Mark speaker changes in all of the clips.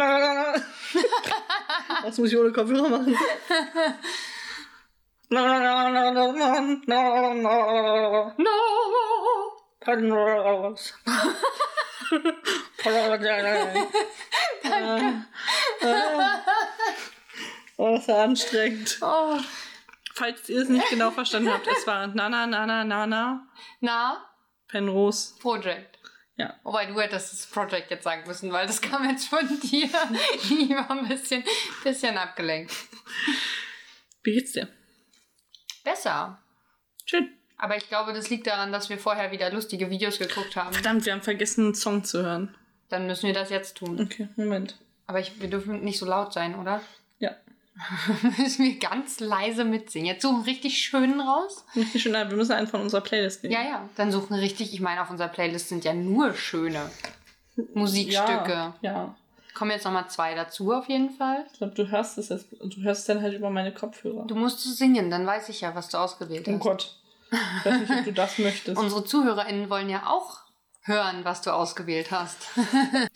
Speaker 1: Ah. Was muss ich ohne Kopfhörer machen? Panos. Oh, das war anstrengend.
Speaker 2: Oh.
Speaker 1: Falls ihr es nicht genau verstanden habt, es war Nana, Nana, Nana,
Speaker 2: Na,
Speaker 1: Penrose.
Speaker 2: Project.
Speaker 1: Ja.
Speaker 2: Wobei du hättest das Project jetzt sagen müssen, weil das kam jetzt von dir. Ich war ein bisschen, bisschen abgelenkt.
Speaker 1: Wie geht's dir?
Speaker 2: Besser.
Speaker 1: Schön.
Speaker 2: Aber ich glaube, das liegt daran, dass wir vorher wieder lustige Videos geguckt haben.
Speaker 1: Verdammt, wir haben vergessen, einen Song zu hören.
Speaker 2: Dann müssen wir das jetzt tun.
Speaker 1: Okay, Moment.
Speaker 2: Aber ich, wir dürfen nicht so laut sein, oder?
Speaker 1: Ja.
Speaker 2: müssen wir ganz leise mitsingen. Jetzt suchen richtig schönen raus.
Speaker 1: Richtig schön, nein, wir müssen einen von unserer Playlist nehmen.
Speaker 2: Ja, ja. Dann suchen richtig. Ich meine, auf unserer Playlist sind ja nur schöne Musikstücke.
Speaker 1: Ja, ja.
Speaker 2: Kommen jetzt nochmal zwei dazu auf jeden Fall.
Speaker 1: ich glaube, du hörst es jetzt. Du hörst es dann halt über meine Kopfhörer.
Speaker 2: Du musst es singen, dann weiß ich ja, was du ausgewählt
Speaker 1: oh
Speaker 2: hast.
Speaker 1: Gott. Ich weiß nicht, ob du das möchtest.
Speaker 2: Unsere ZuhörerInnen wollen ja auch hören, was du ausgewählt hast.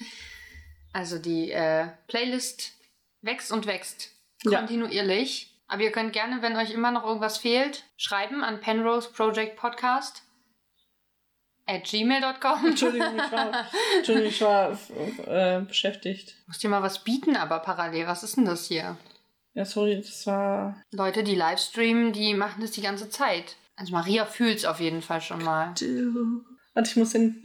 Speaker 2: also die äh, Playlist wächst und wächst.
Speaker 1: Ja.
Speaker 2: Kontinuierlich. Aber ihr könnt gerne, wenn euch immer noch irgendwas fehlt, schreiben an Penrose Project Podcast at gmail.com.
Speaker 1: Entschuldigung, ich war, Entschuldigung, ich war f- f- äh, beschäftigt.
Speaker 2: Musst dir mal was bieten, aber parallel. Was ist denn das hier?
Speaker 1: Ja, sorry, das war.
Speaker 2: Leute, die Livestreamen, die machen das die ganze Zeit. Also Maria fühlt's auf jeden Fall schon mal.
Speaker 1: Warte, ich muss hin.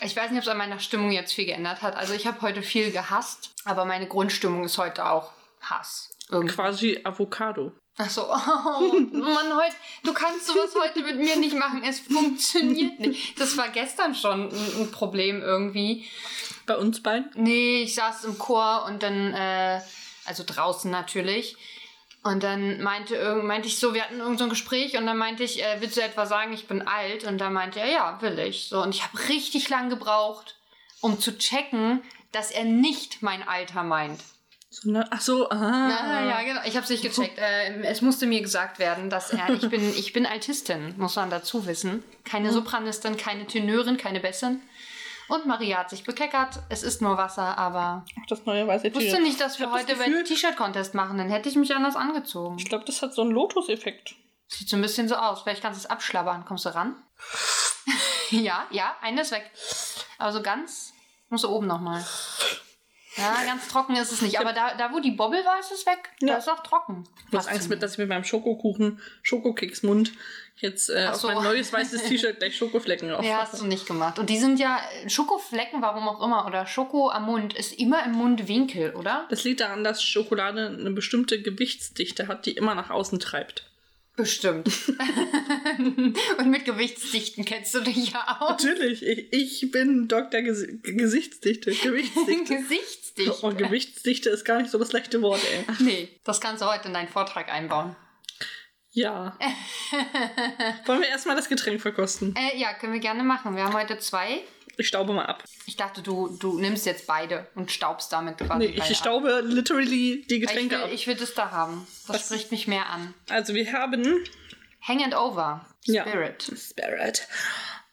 Speaker 2: Ich weiß nicht, ob es an meiner Stimmung jetzt viel geändert hat. Also ich habe heute viel gehasst, aber meine Grundstimmung ist heute auch Hass. Irgendwie.
Speaker 1: Quasi Avocado.
Speaker 2: Ach so, oh, Mann, heute, du kannst sowas heute mit mir nicht machen. Es funktioniert nicht. Das war gestern schon ein, ein Problem irgendwie.
Speaker 1: Bei uns beiden?
Speaker 2: Nee, ich saß im Chor und dann, äh, also draußen natürlich. Und dann meinte, irgend- meinte ich so, wir hatten irgend so ein Gespräch und dann meinte ich, äh, willst du etwa sagen, ich bin alt? Und dann meinte er, ja, will ich. So, und ich habe richtig lang gebraucht, um zu checken, dass er nicht mein Alter meint.
Speaker 1: Sondern, ach so, ah.
Speaker 2: Ah, ja, genau. Ich habe es nicht gecheckt. Äh, es musste mir gesagt werden, dass er, ich bin, ich bin Altistin, muss man dazu wissen.
Speaker 1: Mhm.
Speaker 2: Keine Sopranistin, keine Tenörin, keine Bessin. Und Maria hat sich bekeckert. Es ist nur Wasser, aber
Speaker 1: Ach, das neue weiße
Speaker 2: ich wusste
Speaker 1: Tier.
Speaker 2: nicht, dass wir
Speaker 1: hab das
Speaker 2: heute
Speaker 1: Gefühl-
Speaker 2: einen T-Shirt-Contest machen. Dann hätte ich mich anders angezogen.
Speaker 1: Ich glaube, das hat so einen Lotus-Effekt.
Speaker 2: Sieht so ein bisschen so aus. Vielleicht kannst du es abschlabbern. Kommst du ran? ja, ja, eine ist weg. Aber so ganz, musst du oben nochmal. Ja, ganz trocken ist es nicht. Aber da, da wo die Bobbel war, ist es weg. Da
Speaker 1: Ja.
Speaker 2: ist auch trocken.
Speaker 1: Du hast
Speaker 2: Passt
Speaker 1: Angst
Speaker 2: zu
Speaker 1: mit, dass ich mit meinem Schokokuchen, Schokokeksmund, jetzt äh,
Speaker 2: Ach
Speaker 1: auf
Speaker 2: so.
Speaker 1: mein neues weißes T-Shirt gleich Schokoflecken rauf.
Speaker 2: Ja, hast du nicht gemacht. Und die sind ja Schokoflecken, warum auch immer, oder Schoko am Mund ist immer im Mundwinkel, oder?
Speaker 1: Das liegt daran, dass Schokolade eine bestimmte Gewichtsdichte hat, die immer nach außen treibt.
Speaker 2: Bestimmt. Und mit Gewichtsdichten kennst du dich ja aus.
Speaker 1: Natürlich, ich, ich bin Dr. Ges Gesichtsdichte. Gewichtsdichte.
Speaker 2: Gesichtsdicht.
Speaker 1: oh, Gewichtsdichte ist gar nicht so das schlechte Wort, ey.
Speaker 2: Nee, das kannst du heute in deinen Vortrag einbauen.
Speaker 1: Ja. Wollen wir erstmal das Getränk verkosten?
Speaker 2: Äh, ja, können wir gerne machen. Wir haben heute zwei.
Speaker 1: Ich staube mal ab.
Speaker 2: Ich dachte, du, du nimmst jetzt beide und staubst damit quasi.
Speaker 1: Nee,
Speaker 2: beide
Speaker 1: ich
Speaker 2: ab.
Speaker 1: staube literally die
Speaker 2: Ich
Speaker 1: Getränke
Speaker 2: will,
Speaker 1: ab.
Speaker 2: ich will das da haben. Das
Speaker 1: Was?
Speaker 2: spricht mich mehr an.
Speaker 1: Also wir haben
Speaker 2: Hang and over.
Speaker 1: Ja.
Speaker 2: Spirit.
Speaker 1: Spirit.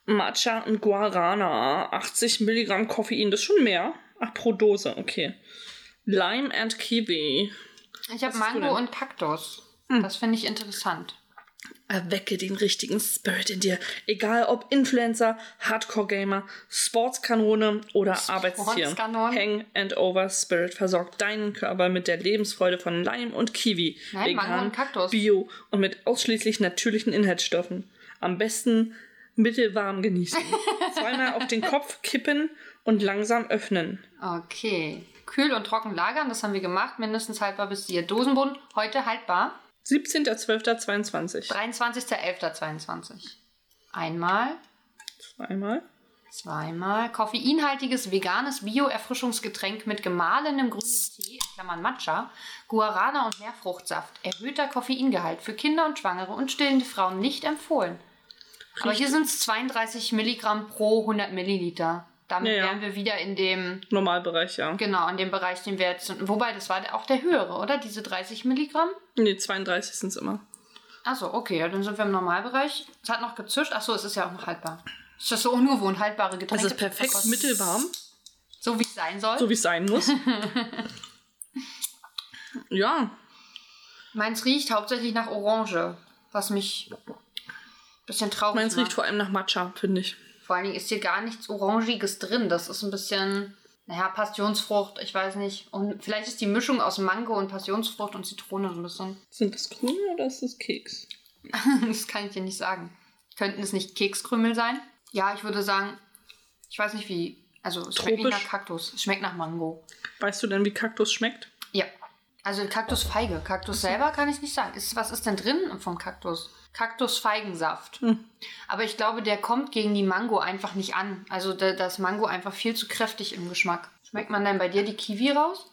Speaker 1: Matcha und Guarana. 80 Milligramm Koffein. Das ist schon mehr. Ach, pro Dose, okay. Lime and Kiwi.
Speaker 2: Ich habe
Speaker 1: hast du
Speaker 2: Mango
Speaker 1: denn? Hm.
Speaker 2: und Kaktus. Das finde ich interessant.
Speaker 1: Erwecke den richtigen Spirit in dir. Egal ob Influencer, Hardcore-Gamer, Sportskanone oder Arbeitstier.
Speaker 2: Sportskanone?
Speaker 1: Hang and Over Spirit versorgt deinen Körper mit der Lebensfreude von Lime und Kiwi.
Speaker 2: Nein, Mango und Kaktus.
Speaker 1: Bio und mit ausschließlich natürlichen Inhaltsstoffen. Am besten mittelwarm genießen. Zweimal auf den Kopf kippen und langsam öffnen.
Speaker 2: Okay. Kühl und trocken lagern, das haben wir gemacht. Mindestens haltbar bis ihr Dosenboden. Heute haltbar.
Speaker 1: 17.12.22.
Speaker 2: 23.11.22. Einmal,
Speaker 1: Zweimal.
Speaker 2: zweimal. Koffeinhaltiges veganes Bio-Erfrischungsgetränk mit gemahlenem grünen Tee, in Klammern Matcha, Guarana und Meerfruchtsaft. Erhöhter Koffeingehalt für Kinder und Schwangere und stillende Frauen nicht empfohlen. Aber hier sind es 32 Milligramm pro 100 Milliliter. Damit
Speaker 1: Ja, ja.
Speaker 2: wären wir wieder in dem
Speaker 1: Normalbereich, ja.
Speaker 2: Genau, in dem Bereich, den wir jetzt sind. Wobei, das war auch der höhere, oder? Diese 30 Milligramm?
Speaker 1: Nee, 32 sind es immer.
Speaker 2: Achso, okay, ja, dann sind wir im Normalbereich. Es hat noch gezischt. Achso, es ist ja auch noch haltbar. Ist das so ungewohnt, haltbare
Speaker 1: Es
Speaker 2: Getränke?
Speaker 1: ist Also perfekt
Speaker 2: verkosten?
Speaker 1: mittelwarm,
Speaker 2: So wie es sein soll.
Speaker 1: so wie es sein muss. ja,
Speaker 2: Meins riecht hauptsächlich nach Orange, was mich ein bisschen traurig
Speaker 1: meins
Speaker 2: macht.
Speaker 1: riecht vor allem nach Matcha, finde ich.
Speaker 2: Vor allen Dingen ist hier gar nichts Orangiges drin. Das ist ein bisschen, naja, Passionsfrucht, ich weiß nicht. Und vielleicht ist die Mischung aus Mango und Passionsfrucht und Zitrone so ein bisschen
Speaker 1: Sind das Grüne oder ist das Keks?
Speaker 2: Das kann ich dir nicht sagen. Könnten es nicht Kekskrümel sein? Ja, ich würde sagen, ich weiß nicht wie. Also es schmeckt nicht
Speaker 1: Tropisch.
Speaker 2: nach Kaktus, es schmeckt nach Mango.
Speaker 1: Weißt du denn, wie Kaktus schmeckt?
Speaker 2: Ja. Also Kaktusfeige. Kaktus selber kann ich nicht sagen. Ist, was ist denn drin vom Kaktus? Kaktusfeigensaft.
Speaker 1: Hm.
Speaker 2: Aber ich glaube, der kommt gegen die Mango einfach nicht an. Also da, das Mango einfach viel zu kräftig im Geschmack. Schmeckt man denn bei dir die Kiwi raus?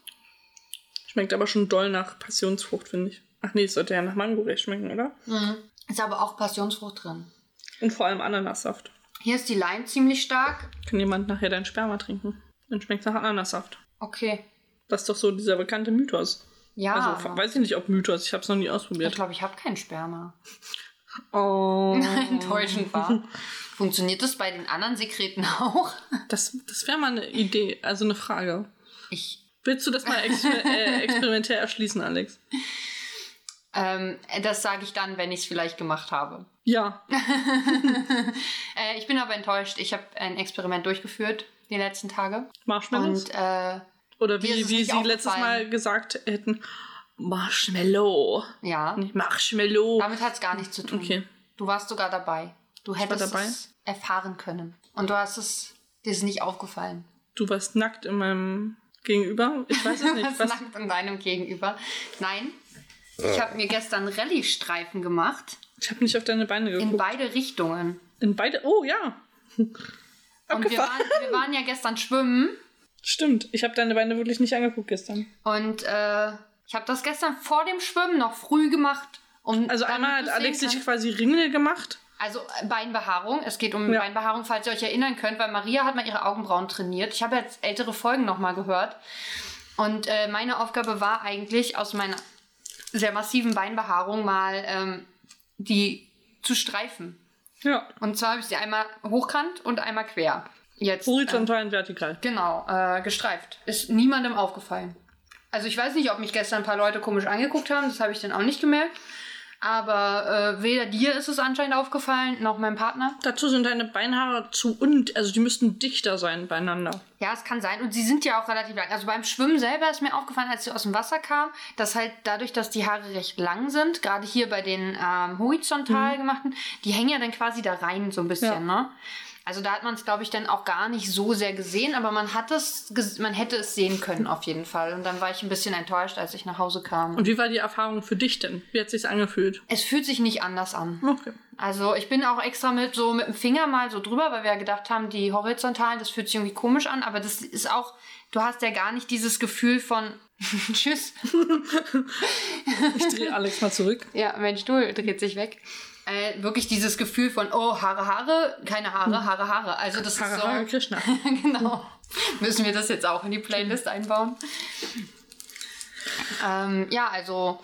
Speaker 1: Schmeckt aber schon doll nach Passionsfrucht, finde ich. Ach nee, es sollte ja nach Mango recht schmecken, oder?
Speaker 2: Ist aber auch Passionsfrucht drin.
Speaker 1: Und vor allem Ananassaft.
Speaker 2: Hier ist die Lime ziemlich stark.
Speaker 1: Kann jemand nachher dein Sperma trinken? Dann schmeckt nach Ananassaft.
Speaker 2: Okay.
Speaker 1: Das ist doch so dieser bekannte Mythos.
Speaker 2: Ja.
Speaker 1: Also
Speaker 2: aber-
Speaker 1: weiß ich nicht, ob Mythos, ich habe es noch nie
Speaker 2: Ich
Speaker 1: ausprobiert.
Speaker 2: glaube, ich habe kein Sperma.
Speaker 1: Oh.
Speaker 2: Enttäuschend war. Funktioniert das bei den anderen Sekreten auch?
Speaker 1: Das, das wäre mal eine Idee, also eine Frage.
Speaker 2: Ich,
Speaker 1: Willst du das mal exper äh, experimentell erschließen, Alex?
Speaker 2: ähm, das sage ich dann, wenn ich es vielleicht gemacht habe.
Speaker 1: Ja.
Speaker 2: Äh, ich bin aber enttäuscht. Ich habe ein Experiment durchgeführt die letzten Tage.
Speaker 1: Marshmallows?
Speaker 2: Und äh,
Speaker 1: Oder
Speaker 2: mir ist
Speaker 1: wie,
Speaker 2: es
Speaker 1: wie
Speaker 2: nicht
Speaker 1: sie letztes
Speaker 2: aufgefallen.
Speaker 1: Mal gesagt hätten, Marshmallow.
Speaker 2: ja,
Speaker 1: Nicht Marshmallow.
Speaker 2: damit hat es gar nichts zu tun.
Speaker 1: Okay.
Speaker 2: Du warst sogar dabei. Du hättest
Speaker 1: dabei?
Speaker 2: es erfahren können. Und du hast es, dir ist nicht aufgefallen.
Speaker 1: Du warst nackt in meinem Gegenüber. Ich weiß es nicht.
Speaker 2: Was
Speaker 1: Was,
Speaker 2: nackt an deinem Gegenüber. Nein, ich habe mir gestern Rallye-Streifen gemacht.
Speaker 1: ich habe nicht auf deine Beine
Speaker 2: In
Speaker 1: geguckt.
Speaker 2: beide Richtungen.
Speaker 1: In, beide. Oh ja.
Speaker 2: Und wir
Speaker 1: Abgefahren.
Speaker 2: waren, wir waren ja gestern schwimmen
Speaker 1: Stimmt. Ich habe deine Beine wirklich nicht angeguckt gestern.
Speaker 2: und äh, ich habe das gestern vor dem Schwimmen noch früh gemacht. Um
Speaker 1: Also
Speaker 2: damit
Speaker 1: einmal hat
Speaker 2: du's
Speaker 1: Alex
Speaker 2: sehen
Speaker 1: sich
Speaker 2: kannst.
Speaker 1: quasi Ringel gemacht.
Speaker 2: Also äh, Beinbehaarung, es geht um
Speaker 1: Ja.
Speaker 2: Beinbehaarung, falls ihr euch erinnern könnt, weil Maria hat mal ihre Augenbrauen trainiert. Ich habe jetzt ältere Folgen nochmal gehört. Und äh, meine Aufgabe war eigentlich, aus meiner sehr massiven Beinbehaarung mal ähm, die zu streifen.
Speaker 1: Ja.
Speaker 2: Und zwar habe ich sie einmal hochkant und einmal quer. Jetzt, ähm,
Speaker 1: Horizontal und vertikal.
Speaker 2: Genau, äh, gestreift. Ist niemandem aufgefallen. Also ich weiß nicht, ob mich gestern ein paar Leute komisch angeguckt haben, das habe ich dann auch nicht gemerkt. Aber äh, weder dir ist es anscheinend aufgefallen, noch meinem Partner.
Speaker 1: Dazu sind deine Beinhaare zu und also die müssten dichter sein beieinander.
Speaker 2: Ja, es kann sein. Und sie sind ja auch relativ lang. Also beim Schwimmen selber ist mir aufgefallen, als sie aus dem Wasser kam, dass halt dadurch, dass die Haare recht lang sind, gerade hier bei den ähm, horizontal gemachten, die hängen ja dann quasi da rein so ein bisschen,
Speaker 1: Ja.
Speaker 2: ne? Also da hat man es, glaube ich, dann auch gar nicht so sehr gesehen, aber man hat es, ges- man hätte es sehen können auf jeden Fall. Und dann war ich ein bisschen enttäuscht, als ich nach Hause kam.
Speaker 1: Und wie war die Erfahrung für dich denn? Wie hat sich's angefühlt?
Speaker 2: Es fühlt sich nicht anders an.
Speaker 1: Okay.
Speaker 2: Also ich bin auch extra mit so mit dem Finger mal so drüber, weil wir ja gedacht haben, die horizontalen, das fühlt sich irgendwie komisch an, aber das ist auch, du hast ja gar nicht dieses Gefühl von Tschüss.
Speaker 1: Ich drehe Alex mal zurück.
Speaker 2: Ja, mein Stuhl dreht sich weg. Äh, wirklich dieses Gefühl von, oh, Haare, Haare, keine Haare, Haare, Haare. Also das
Speaker 1: Haare,
Speaker 2: ist so.
Speaker 1: Haare, Krishna.
Speaker 2: genau. Müssen wir das jetzt auch in die Playlist einbauen? Ähm, ja, also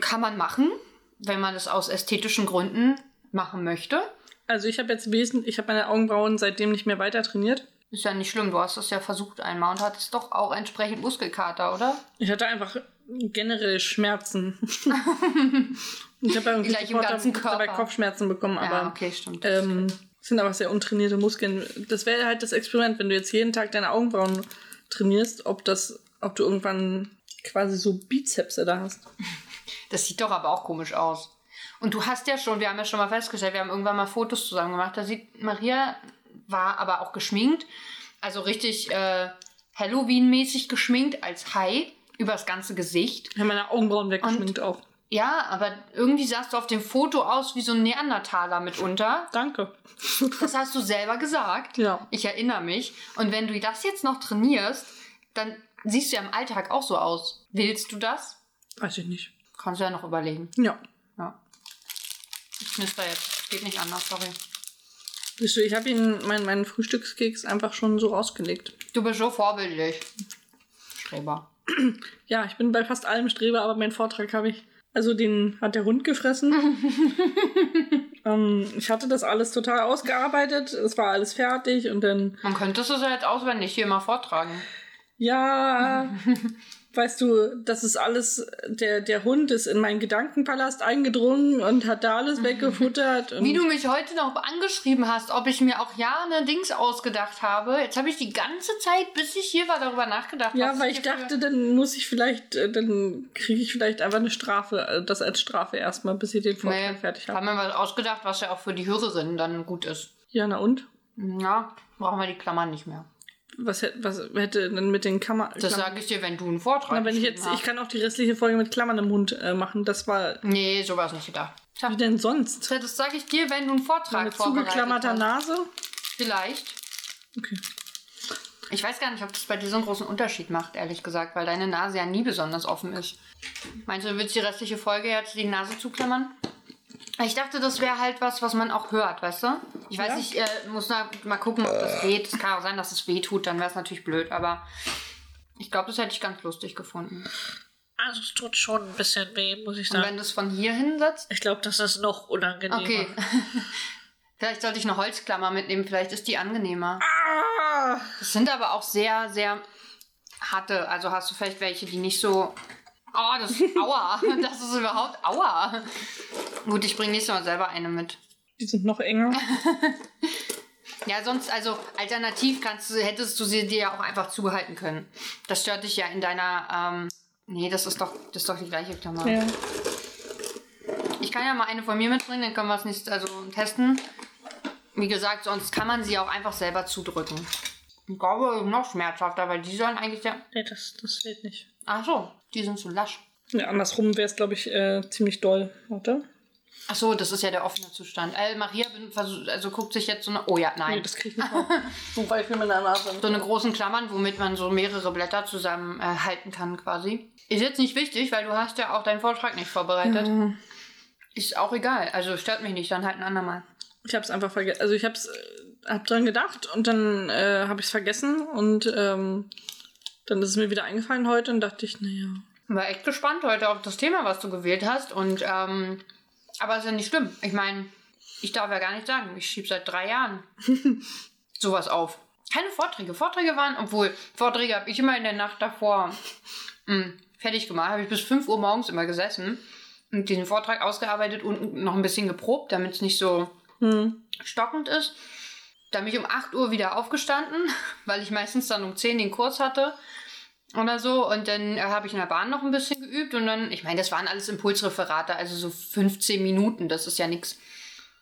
Speaker 2: kann man machen, wenn man es aus ästhetischen Gründen machen möchte.
Speaker 1: Also ich habe jetzt wesentlich, ich habe meine Augenbrauen seitdem nicht mehr weiter trainiert.
Speaker 2: Ist ja nicht schlimm, du hast es ja versucht einmal und hattest doch auch entsprechend Muskelkater, oder?
Speaker 1: Ich hatte einfach generell Schmerzen. ich habe ja irgendwie
Speaker 2: Gleich im
Speaker 1: sofort
Speaker 2: ganzen
Speaker 1: dabei
Speaker 2: Körper.
Speaker 1: Kopfschmerzen bekommen, aber
Speaker 2: ja, okay, stimmt.
Speaker 1: ähm, sind aber sehr untrainierte Muskeln. Das wäre halt das Experiment, wenn du jetzt jeden Tag deine Augenbrauen trainierst, ob das, ob du irgendwann quasi so Bizepse da hast.
Speaker 2: Das sieht doch aber auch komisch aus. Und du hast ja schon, wir haben ja schon mal festgestellt, wir haben irgendwann mal Fotos zusammen gemacht. Da sieht Maria, war aber auch geschminkt, also richtig äh, Halloween-mäßig geschminkt als Hai übers ganze Gesicht.
Speaker 1: Ich habe meine Augenbrauen weggeschminkt auch.
Speaker 2: Ja, aber irgendwie sahst du auf dem Foto aus wie so ein Neandertaler mitunter.
Speaker 1: Danke.
Speaker 2: Das hast du selber gesagt.
Speaker 1: Ja.
Speaker 2: Ich erinnere mich. Und wenn du das jetzt noch trainierst, dann siehst du ja im Alltag auch so aus. Willst du das?
Speaker 1: Weiß ich nicht.
Speaker 2: Kannst du ja noch überlegen.
Speaker 1: Ja.
Speaker 2: Ja. Ich knister jetzt. Geht nicht anders, sorry.
Speaker 1: Siehst du, ich habe ihn meinen, meinen Frühstückskeks einfach schon so ausgelegt.
Speaker 2: Du bist so vorbildlich. Streber.
Speaker 1: Ja, ich bin bei fast allem Streber, aber meinen Vortrag habe ich. Also den hat der Hund gefressen. ähm, ich hatte das alles total ausgearbeitet. Es war alles fertig und dann,
Speaker 2: Man könnte es ja jetzt auswendig hier mal vortragen.
Speaker 1: ja, weißt du, das ist alles, der, der Hund ist in meinen Gedankenpalast eingedrungen und hat da alles weggefuttert. Und
Speaker 2: Wie du mich heute noch angeschrieben hast, ob ich mir auch ja ne Dings ausgedacht habe. Jetzt habe ich die ganze Zeit, bis ich hier war, darüber nachgedacht.
Speaker 1: ja,
Speaker 2: was
Speaker 1: weil ich
Speaker 2: hierfür-
Speaker 1: dachte, dann muss ich vielleicht, äh, dann kriege ich vielleicht einfach eine Strafe, äh, das als Strafe erstmal, bis ich den Vortrag
Speaker 2: Nee,
Speaker 1: fertig habe.
Speaker 2: haben wir was ausgedacht, was ja auch für die Hörerinnen dann gut ist.
Speaker 1: Ja, na und?
Speaker 2: Ja, brauchen wir die Klammern nicht mehr.
Speaker 1: Was, hätt- was hätte denn mit den Kammer...
Speaker 2: Das sage ich dir, wenn du einen Vortrag
Speaker 1: Na, wenn ich jetzt,
Speaker 2: geschrieben
Speaker 1: ich kann auch die restliche Folge mit Klammern im Mund äh, machen. Das war
Speaker 2: hast. Nee, sowas nicht gedacht. Tja,
Speaker 1: wie denn sonst?
Speaker 2: Das sage ich dir, wenn du einen Vortrag
Speaker 1: Mit
Speaker 2: vorbereitet halt.
Speaker 1: zugeklammerter
Speaker 2: hast.
Speaker 1: Nase?
Speaker 2: Vielleicht.
Speaker 1: Okay.
Speaker 2: Ich weiß gar nicht, ob das bei dir so einen großen Unterschied macht, ehrlich gesagt, weil deine Nase ja nie besonders offen ist. Meinst du, du willst die restliche Folge jetzt die Nase zuklammern? Ich dachte, das wäre halt was, was man auch hört, weißt du? Ich weiß
Speaker 1: Ja.
Speaker 2: nicht, äh, muss na, mal gucken, ob das geht. Es kann auch sein, dass es weh tut, dann wäre es natürlich blöd, aber ich glaube, das hätte ich ganz lustig gefunden.
Speaker 3: Also es tut schon ein bisschen weh, muss ich
Speaker 2: Und
Speaker 3: sagen.
Speaker 2: wenn du es von hier hinsetzt,
Speaker 3: Ich glaube, das ist noch unangenehmer.
Speaker 2: okay. vielleicht sollte ich eine Holzklammer mitnehmen, vielleicht ist die angenehmer.
Speaker 1: Ah!
Speaker 2: Das sind aber auch sehr, sehr harte. Also hast du vielleicht welche, die nicht so. Oh, das ist aua. Das ist überhaupt aua. Gut, ich bringe nächstes Mal selber eine mit.
Speaker 1: Die sind noch enger.
Speaker 2: Ja, sonst, also alternativ kannst du, hättest du sie dir ja auch einfach zuhalten können. Das stört dich ja in deiner. Ähm, nee, das ist doch, das ist doch die gleiche Klammer.
Speaker 1: ja.
Speaker 2: Ich kann ja mal eine von mir mitbringen, dann können wir es nicht also testen. Wie gesagt, sonst kann man sie auch einfach selber zudrücken. Ich glaube, das ist noch schmerzhafter, weil die sollen eigentlich ja.
Speaker 1: Nee, das, das geht nicht.
Speaker 2: Ach so, die sind zu lasch.
Speaker 1: Ja, andersrum wäre es, glaube ich, äh, ziemlich doll. Warte.
Speaker 2: Ach so, das ist ja der offene Zustand. Äh, Maria bin, versuch- also guckt sich jetzt so eine. Oh ja,
Speaker 1: Nee,
Speaker 2: nein.
Speaker 1: das kriege ich nicht auf. Wobei ich mir meine Nase.
Speaker 2: So eine großen Klammern, womit man so mehrere Blätter zusammen äh, halten kann, quasi. Ist jetzt nicht wichtig, weil du hast ja auch deinen Vortrag nicht vorbereitet.
Speaker 1: Ja.
Speaker 2: Ist auch egal. Also stört mich nicht, dann halt ein andermal.
Speaker 1: Ich habe es einfach vergessen. Also ich habe es hab dran gedacht und dann äh, habe ich es vergessen und ähm, dann ist es mir wieder eingefallen heute und dachte ich, naja.
Speaker 2: War echt gespannt heute auf das Thema, was du gewählt hast. Und ähm, aber ist ja nicht schlimm. Ich meine, ich darf ja gar nicht sagen, ich schiebe seit drei Jahren sowas auf. Keine Vorträge. Vorträge waren, obwohl Vorträge habe ich immer in der Nacht davor mh, fertig gemacht. Habe ich bis 5 Uhr morgens immer gesessen und diesen Vortrag ausgearbeitet und noch ein bisschen geprobt, damit es nicht so
Speaker 1: Hm.
Speaker 2: stockend ist. Dann bin ich um 8 Uhr wieder aufgestanden, weil ich meistens dann um 10 den Kurs hatte oder so. Und dann äh, habe ich in der Bahn noch ein bisschen geübt. Und dann, ich meine, das waren alles Impulsreferate, also so 15 Minuten, das ist ja nichts.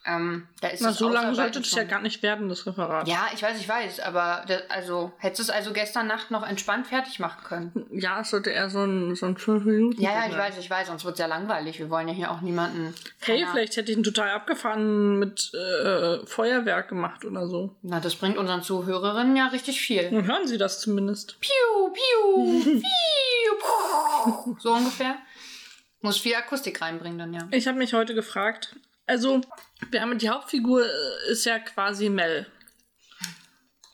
Speaker 2: Ähm, da ist
Speaker 1: Na,
Speaker 2: das
Speaker 1: so lange
Speaker 2: Ausarbeiten
Speaker 1: sollte es ja
Speaker 2: schon-
Speaker 1: gar nicht werden, das Referat.
Speaker 2: Ja, ich weiß, ich weiß, aber da- also hättest du es also gestern Nacht noch entspannt fertig machen können.
Speaker 1: Ja, es sollte eher so ein, so ein 5 Minuten.
Speaker 2: Ja, ja, ich weiß, ich weiß, sonst wird es ja langweilig. Wir wollen ja hier auch niemanden.
Speaker 1: Hey,
Speaker 2: keiner-
Speaker 1: vielleicht hätte ich ihn total abgefahren mit äh, Feuerwerk gemacht oder so.
Speaker 2: Na, das bringt unseren Zuhörerinnen ja richtig viel.
Speaker 1: Dann hören sie das zumindest.
Speaker 2: Piu, piu, piu, puh. So ungefähr. Muss viel Akustik reinbringen dann, ja.
Speaker 1: Ich habe mich heute gefragt, also wir haben die Hauptfigur äh, ist ja quasi Mel.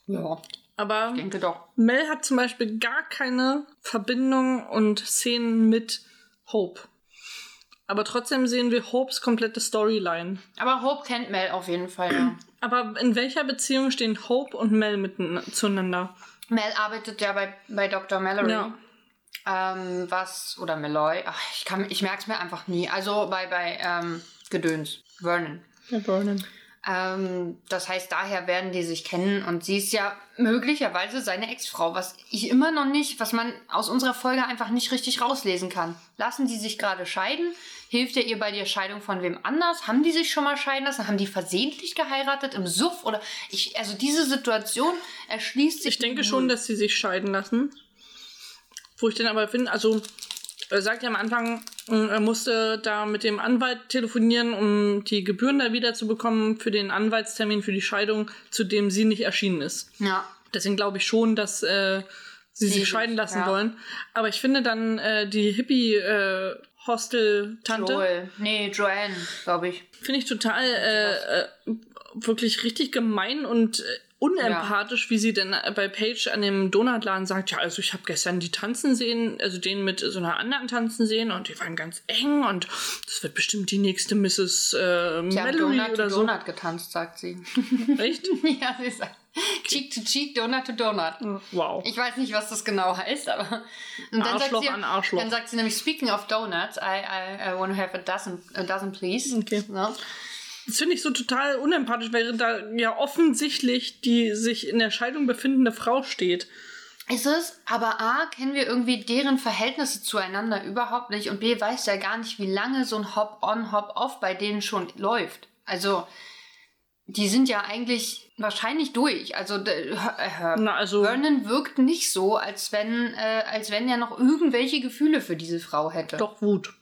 Speaker 2: Ja,
Speaker 1: Aber
Speaker 2: denke doch.
Speaker 1: Mel hat zum Beispiel gar keine Verbindung und Szenen mit Hope. Aber trotzdem sehen wir Hopes komplette Storyline.
Speaker 2: Aber Hope kennt Mel auf jeden Fall, ja.
Speaker 1: Aber in welcher Beziehung stehen Hope und Mel miteinander?
Speaker 2: Mel arbeitet ja bei, bei Dr. Mallory.
Speaker 1: Ja.
Speaker 2: Ähm, was, oder Meloy, ach, ich, kann, ich merke es mir einfach nie. Also bei, bei ähm, Gedöns, Vernon.
Speaker 1: Ja, Vernon.
Speaker 2: Ähm, das heißt, daher werden die sich kennen und sie ist ja möglicherweise seine Ex-Frau, was ich immer noch nicht, was man aus unserer Folge einfach nicht richtig rauslesen kann. Lassen die sich gerade scheiden? Hilft er ihr bei der Scheidung von wem anders? Haben die sich schon mal scheiden lassen? Haben die versehentlich geheiratet im Suff oder ich also diese Situation erschließt sich
Speaker 1: Ich denke schon, dass sie sich scheiden lassen. Wo ich dann aber bin, also er sagt ja am Anfang, mm, er musste da mit dem Anwalt telefonieren, um die Gebühren da wiederzubekommen für den Anwaltstermin für die Scheidung, zu dem sie nicht erschienen ist.
Speaker 2: ja.
Speaker 1: Deswegen glaube ich schon, dass äh, sie
Speaker 2: Sie
Speaker 1: sich scheiden
Speaker 2: sich,
Speaker 1: lassen
Speaker 2: ja.
Speaker 1: wollen. Aber ich finde dann äh, die äh, Hippie-Hostel-Tante
Speaker 2: Joel. Nee, Joanne, glaube ich.
Speaker 1: finde ich total äh, äh, wirklich richtig gemein und äh, unempathisch, wie sie denn äh, bei Paige an dem Donutladen sagt, ja, also ich habe gestern die tanzen sehen, also den mit so einer anderen tanzen sehen und die waren ganz eng und das wird bestimmt die nächste Mrs. Äh,
Speaker 2: Die haben
Speaker 1: Mallory
Speaker 2: Donut
Speaker 1: oder
Speaker 2: to
Speaker 1: so.
Speaker 2: Donut getanzt, sagt sie.
Speaker 1: Echt?
Speaker 2: ja, sie sagt. Cheek to cheek, Donut to Donut.
Speaker 1: Wow.
Speaker 2: Ich weiß nicht, was das genau heißt, aber. Und dann
Speaker 1: Arschloch
Speaker 2: sagt sie,
Speaker 1: an Arschloch.
Speaker 2: Dann sagt sie nämlich, speaking of donuts, I, I, I want to have a dozen, a dozen please.
Speaker 1: Okay.
Speaker 2: Ne?
Speaker 1: Das finde ich so total unempathisch, weil da ja offensichtlich die sich in der Scheidung befindende Frau steht.
Speaker 2: Ist es, aber A, kennen wir irgendwie deren Verhältnisse zueinander überhaupt nicht und B, weiß ja gar nicht, wie lange so ein Hop-on, Hop-off bei denen schon läuft. Also, die sind ja eigentlich wahrscheinlich durch. Also, d- hör- hör-
Speaker 1: Na, also
Speaker 2: Vernon wirkt nicht so, als wenn, äh, als wenn er noch irgendwelche Gefühle für diese Frau hätte.
Speaker 1: doch Wut.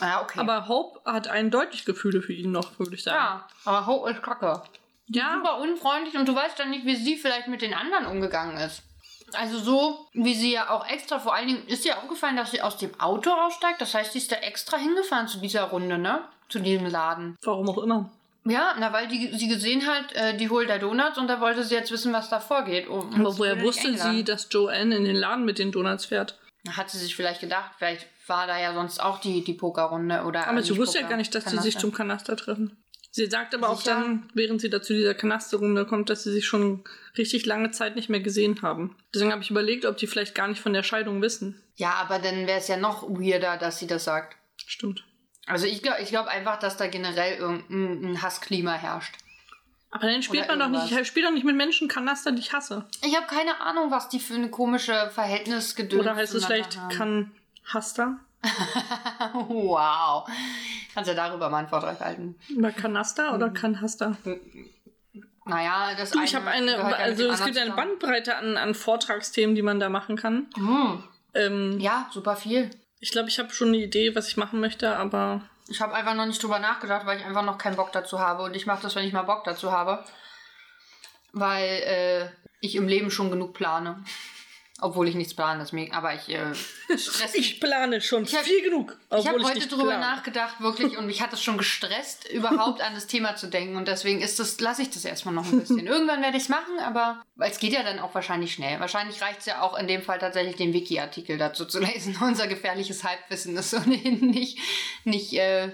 Speaker 2: Ja, okay.
Speaker 1: Aber Hope hat eindeutig Gefühle für ihn noch, würde ich sagen.
Speaker 2: ja, aber Ho ist kacke.
Speaker 1: Ja,
Speaker 2: super unfreundlich und du weißt dann nicht, wie sie vielleicht mit den anderen umgegangen ist. Also so, wie sie ja auch extra, vor allen Dingen ist dir aufgefallen, dass sie aus dem Auto aussteigt. Das heißt, sie ist da extra hingefahren zu dieser Runde, ne? Zu diesem Laden.
Speaker 1: warum auch immer.
Speaker 2: Ja, na, weil die, sie gesehen hat, äh, die holt da Donuts und da wollte sie jetzt wissen, was da vorgeht. Um- Und- und
Speaker 1: Aber
Speaker 2: sie
Speaker 1: woher
Speaker 2: wurde nicht
Speaker 1: wusste sie,
Speaker 2: eingeladen.
Speaker 1: dass Joanne in den Laden mit den Donuts fährt?
Speaker 2: Hat sie sich vielleicht gedacht, vielleicht war da ja sonst auch die, die Pokerrunde oder.
Speaker 1: Aber
Speaker 2: äh,
Speaker 1: sie
Speaker 2: nicht
Speaker 1: wusste ja
Speaker 2: Poker,
Speaker 1: gar nicht, dass die
Speaker 2: Kanake.
Speaker 1: sich zum Kanaster treffen. Sie sagt aber auch
Speaker 2: Sicher?
Speaker 1: dann, während sie da zu dieser Kanasterrunde kommt, dass sie sich schon richtig lange Zeit nicht mehr gesehen haben. Deswegen habe ich überlegt, ob die vielleicht gar nicht von der Scheidung wissen.
Speaker 2: Ja, aber dann wäre es ja noch weirder, dass sie das sagt.
Speaker 1: Stimmt.
Speaker 2: Also ich glaube ich glaub einfach, dass da generell irgendein ein Hassklima herrscht.
Speaker 1: Aber dann spielt
Speaker 2: Oder
Speaker 1: man doch nicht,
Speaker 2: irgendwas.
Speaker 1: ich spiel doch nicht mit Menschen Kanaster, die ich hasse.
Speaker 2: Ich habe keine Ahnung, was die für eine komische Verhältnisgedöns
Speaker 1: Oder heißt es vielleicht Kanaster?
Speaker 2: wow. Kannst ja darüber mal einen Vortrag halten.
Speaker 1: Oder Kanaster
Speaker 2: Hm.
Speaker 1: oder Kanaster?
Speaker 2: Naja, das
Speaker 1: Du, ich habe eine,
Speaker 2: gehört ja mit
Speaker 1: also
Speaker 2: dem
Speaker 1: es gibt eine
Speaker 2: anderen
Speaker 1: Bandbreite an, an Vortragsthemen, die man da machen kann. Ähm,
Speaker 2: zusammen. Hm. Ja, super viel.
Speaker 1: Ich glaube, ich habe schon eine Idee, was ich machen möchte, aber
Speaker 2: Ich habe einfach noch nicht drüber nachgedacht, weil ich einfach noch keinen Bock dazu habe. Und ich mache das, wenn ich mal Bock dazu habe. Weil äh, ich im Leben schon genug plane. Obwohl ich nichts plane, deswegen. Aber ich äh, stress mich
Speaker 1: ich plane schon
Speaker 2: Ich hab-
Speaker 1: viel genug.
Speaker 2: Ich habe heute
Speaker 1: nicht
Speaker 2: drüber
Speaker 1: plane.
Speaker 2: nachgedacht, wirklich, und mich hat es schon gestresst, überhaupt an das Thema zu denken. Und deswegen ist das, lasse ich das erstmal noch ein bisschen. Irgendwann werde ich es machen, aber weil es geht ja dann auch wahrscheinlich schnell. Wahrscheinlich reicht es ja auch in dem Fall tatsächlich, den Wiki-Artikel dazu zu lesen. Unser gefährliches Halbwissen ist ohnehin nicht, nicht äh,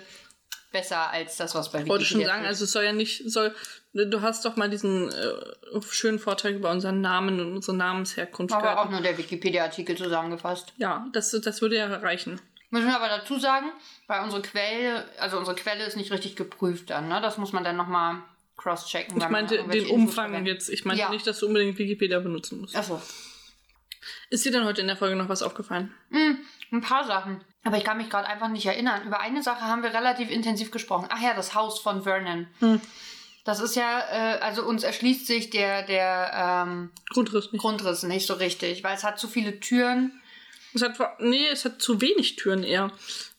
Speaker 2: besser als das, was bei Wiki
Speaker 1: Ich wollte schon
Speaker 2: steht.
Speaker 1: sagen, also es soll ja nicht, soll, du hast doch mal diesen äh, schönen Vortrag über unseren Namen und unsere Namensherkunft
Speaker 2: aber
Speaker 1: gehabt.
Speaker 2: auch nur der Wikipedia-Artikel zusammengefasst.
Speaker 1: Ja, das, das würde ja reichen.
Speaker 2: Müssen wir aber dazu sagen, weil unsere Quelle, also unsere Quelle ist nicht richtig geprüft dann, ne? Das muss man dann nochmal cross-checken.
Speaker 1: Ich
Speaker 2: wenn man
Speaker 1: meinte
Speaker 2: irgendwelche
Speaker 1: den
Speaker 2: Infos
Speaker 1: Umfang
Speaker 2: verwendet.
Speaker 1: jetzt. Ich meinte
Speaker 2: Ja.
Speaker 1: nicht, dass du unbedingt Wikipedia benutzen musst.
Speaker 2: Achso.
Speaker 1: Ist dir denn heute in der Folge noch was aufgefallen?
Speaker 2: Hm, ein paar Sachen. Aber ich kann mich gerade einfach nicht erinnern. Über eine Sache haben wir relativ intensiv gesprochen. Ach ja, das Haus von Vernon.
Speaker 1: Hm.
Speaker 2: Das ist ja, äh, also uns erschließt sich der, der ähm,
Speaker 1: Grundriss nicht.
Speaker 2: Grundriss nicht so richtig, weil es hat zu viele Türen.
Speaker 1: Es hat vor, nee, es hat zu wenig Türen eher.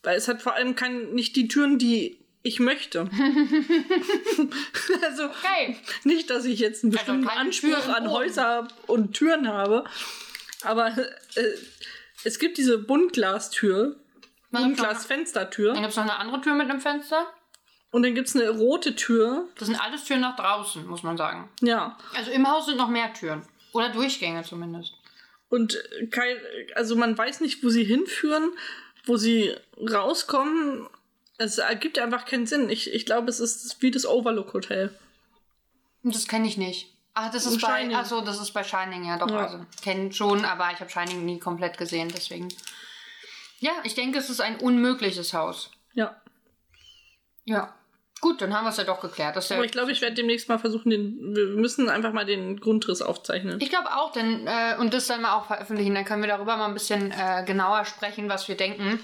Speaker 1: Weil es hat vor allem kein, nicht die Türen, die ich möchte. also
Speaker 2: Okay.
Speaker 1: nicht, dass ich jetzt einen
Speaker 2: Also
Speaker 1: bestimmten
Speaker 2: keine
Speaker 1: Anspruch
Speaker 2: Türen
Speaker 1: an
Speaker 2: oben.
Speaker 1: Häuser und Türen habe. Aber äh, es gibt diese Buntglastür,
Speaker 2: Dann gibt es
Speaker 1: Buntglasfenstertür.
Speaker 2: noch eine andere Tür mit einem Fenster.
Speaker 1: Und dann gibt es eine rote Tür.
Speaker 2: Das sind alles Türen nach draußen, muss man sagen.
Speaker 1: Ja.
Speaker 2: Also im Haus sind noch mehr Türen. Oder Durchgänge zumindest.
Speaker 1: Und äh, kein, also man weiß nicht, wo sie hinführen, wo sie rauskommen. Es ergibt einfach keinen Sinn. Ich, ich glaube, es ist wie das Overlook Hotel.
Speaker 2: Und Das kenne ich nicht. Ach, Ah, das ist
Speaker 1: Und
Speaker 2: bei
Speaker 1: Shining.
Speaker 2: Shining. Achso, das ist bei Shining, ja doch.
Speaker 1: Ja.
Speaker 2: Also kennen schon, aber ich habe Shining nie komplett gesehen, deswegen. Ja, ich denke, es ist ein unmögliches Haus.
Speaker 1: Ja.
Speaker 2: Ja. Gut, dann haben wir es ja doch geklärt. Das ist ja,
Speaker 1: Aber ich glaube, ich werde demnächst mal versuchen, den. Wir müssen einfach mal den Grundriss aufzeichnen.
Speaker 2: ich glaube auch, denn, äh, und das dann mal auch veröffentlichen, dann können wir darüber mal ein bisschen äh, genauer sprechen, was wir denken.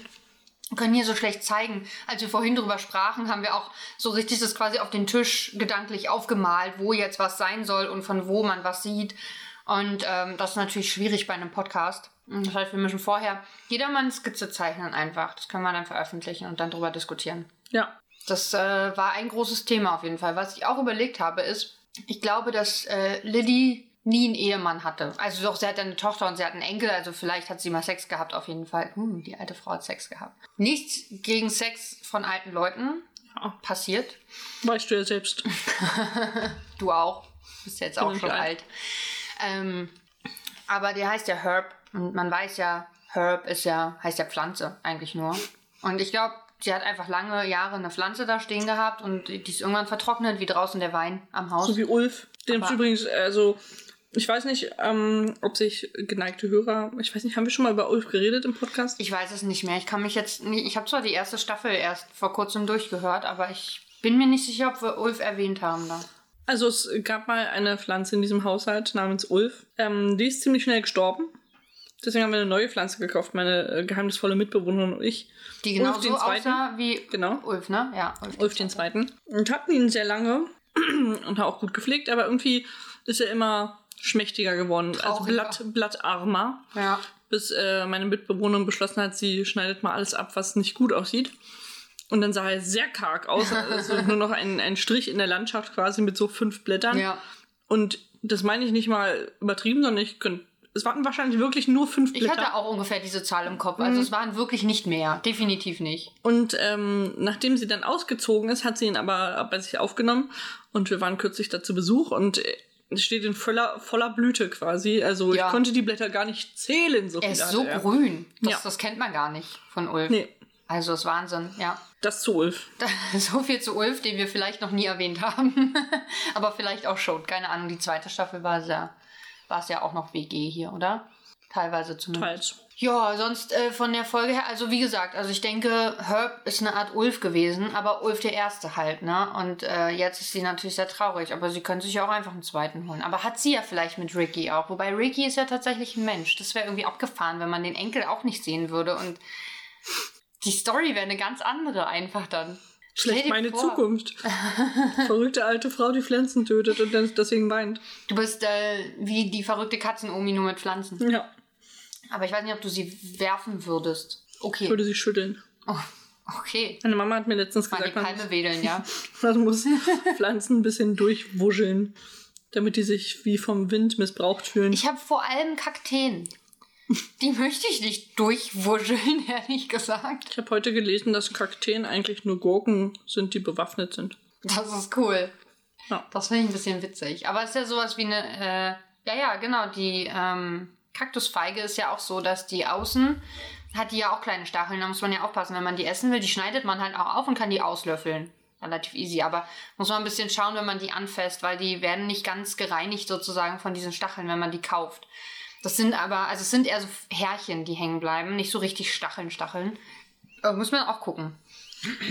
Speaker 2: Wir können hier so schlecht zeigen. Als wir vorhin drüber sprachen, haben wir auch so richtig das quasi auf den Tisch gedanklich aufgemalt, wo jetzt was sein soll und von wo man was sieht. Und ähm, das ist natürlich schwierig bei einem Podcast. Und Das heißt, wir müssen vorher jedermann Skizze zeichnen einfach. Das können wir dann veröffentlichen und dann drüber diskutieren.
Speaker 1: ja.
Speaker 2: Das äh, war ein großes Thema auf jeden Fall. Was ich auch überlegt habe, ist, ich glaube, dass äh, Lilly nie einen Ehemann hatte. Also doch, sie hat eine Tochter und sie hat einen Enkel, also vielleicht hat sie mal Sex gehabt auf jeden Fall. Hm, die alte Frau hat Sex gehabt. Nichts gegen Sex von alten Leuten.
Speaker 1: Ja.
Speaker 2: Passiert.
Speaker 1: Weißt du ja selbst.
Speaker 2: Du auch. Bist jetzt auch
Speaker 1: Bin
Speaker 2: schon
Speaker 1: ich
Speaker 2: alt.
Speaker 1: alt.
Speaker 2: Ähm, aber der heißt ja Herb. Und man weiß ja, Herb ist ja, heißt ja Pflanze eigentlich nur. Und ich glaube, sie hat einfach lange Jahre eine Pflanze da stehen gehabt und die ist irgendwann vertrocknet, wie draußen der Wein am Haus.
Speaker 1: So wie Ulf. Dem
Speaker 2: Aber-
Speaker 1: übrigens, also, ich weiß nicht, ähm, ob sich geneigte Hörer, ich weiß nicht, haben wir schon mal über Ulf geredet im Podcast?
Speaker 2: Ich weiß es nicht mehr. Ich kann mich jetzt nie, ich habe zwar die erste Staffel erst vor kurzem durchgehört, aber ich bin mir nicht sicher, ob wir Ulf erwähnt haben da.
Speaker 1: Also, es gab mal eine Pflanze in diesem Haushalt namens Ulf. Ähm, die ist ziemlich schnell gestorben. Deswegen haben wir eine neue Pflanze gekauft, meine äh, geheimnisvolle Mitbewohnerin und ich.
Speaker 2: Die genau
Speaker 1: Ulf den
Speaker 2: so
Speaker 1: Zweiten?
Speaker 2: aussah wie
Speaker 1: Genau.
Speaker 2: Ulf, ne? Ja,
Speaker 1: Ulf den Zweiten. Und hatten ihn sehr lange und auch gut gepflegt, aber irgendwie ist er immer schmächtiger geworden, also
Speaker 2: Trauriger.
Speaker 1: blatt, blattarmer.
Speaker 2: Ja.
Speaker 1: bis äh, meine Mitbewohnerin beschlossen hat, sie schneidet mal alles ab, was nicht gut aussieht. Und dann sah er sehr karg aus, also nur noch ein, ein Strich in der Landschaft quasi mit so fünf Blättern.
Speaker 2: Ja.
Speaker 1: Und das meine ich nicht mal übertrieben, sondern ich könnte. Es waren wahrscheinlich wirklich nur fünf
Speaker 2: Ich
Speaker 1: Blätter. Mhm.
Speaker 2: hatte auch ungefähr diese Zahl im Kopf. Also es waren wirklich nicht mehr. Definitiv nicht.
Speaker 1: Und ähm, nachdem sie dann ausgezogen ist, hat sie ihn aber bei sich aufgenommen. Und wir waren kürzlich da zu Besuch und äh, es steht in voller, voller Blüte quasi. Also
Speaker 2: Ja.
Speaker 1: ich konnte die Blätter gar nicht zählen, so
Speaker 2: Er
Speaker 1: viel
Speaker 2: ist
Speaker 1: hatte
Speaker 2: so
Speaker 1: er.
Speaker 2: grün. Das,
Speaker 1: Ja.
Speaker 2: das kennt man gar nicht von Ulf.
Speaker 1: Nee,
Speaker 2: Also ist Wahnsinn, ja.
Speaker 1: das zu Ulf.
Speaker 2: Da- So viel zu Ulf, den wir vielleicht noch nie erwähnt haben. Aber vielleicht auch schon. Keine Ahnung, die zweite Staffel war es ja, war es ja auch noch WG hier, oder? Teilweise zumindest.
Speaker 1: Falsch.
Speaker 2: Ja, sonst äh, von der Folge her, also wie gesagt, also ich denke, Herb ist eine Art Ulf gewesen, aber Ulf der Erste halt, ne? Und äh, jetzt ist sie natürlich sehr traurig, aber sie können sich ja auch einfach einen zweiten holen. Aber hat sie ja vielleicht mit Ricky auch, wobei Ricky ist ja tatsächlich ein Mensch. Das wäre irgendwie abgefahren, wenn man den Enkel auch nicht sehen würde und die Story wäre eine ganz andere einfach dann. Stell
Speaker 1: Schlecht
Speaker 2: dir
Speaker 1: meine
Speaker 2: vor,
Speaker 1: Zukunft. Verrückte alte Frau, die Pflanzen tötet und dann deswegen weint.
Speaker 2: Du bist äh, wie die verrückte Katzenomi nur mit Pflanzen.
Speaker 1: Ja,
Speaker 2: Aber ich weiß nicht, ob du sie werfen würdest.
Speaker 1: ich
Speaker 2: Okay.
Speaker 1: würde sie schütteln.
Speaker 2: Oh, okay.
Speaker 1: Meine Mama hat mir letztens
Speaker 2: Mal die
Speaker 1: gesagt, man,
Speaker 2: Palme wedeln, ja.
Speaker 1: man muss Pflanzen ein bisschen durchwuscheln, damit die sich wie vom Wind missbraucht fühlen.
Speaker 2: Ich habe vor allem Kakteen. Die möchte ich nicht durchwuscheln, ehrlich gesagt.
Speaker 1: Ich habe heute gelesen, dass Kakteen eigentlich nur Gurken sind, die bewaffnet sind.
Speaker 2: Das ist cool.
Speaker 1: Ja.
Speaker 2: Das finde ich ein bisschen witzig. Aber es ist ja sowas wie eine. Äh, ja, ja, genau. Die ähm, Kaktusfeige ist ja auch so, dass die außen hat die ja auch kleine Stacheln. Da muss man ja aufpassen, wenn man die essen will. Die schneidet man halt auch auf und kann die auslöffeln. Relativ easy, aber muss man ein bisschen schauen, wenn man die anfasst, weil die werden nicht ganz gereinigt sozusagen von diesen Stacheln, wenn man die kauft. Das sind aber, also es sind eher so Härchen, die hängen bleiben, nicht so richtig Stacheln, Stacheln. Äh, muss man auch gucken.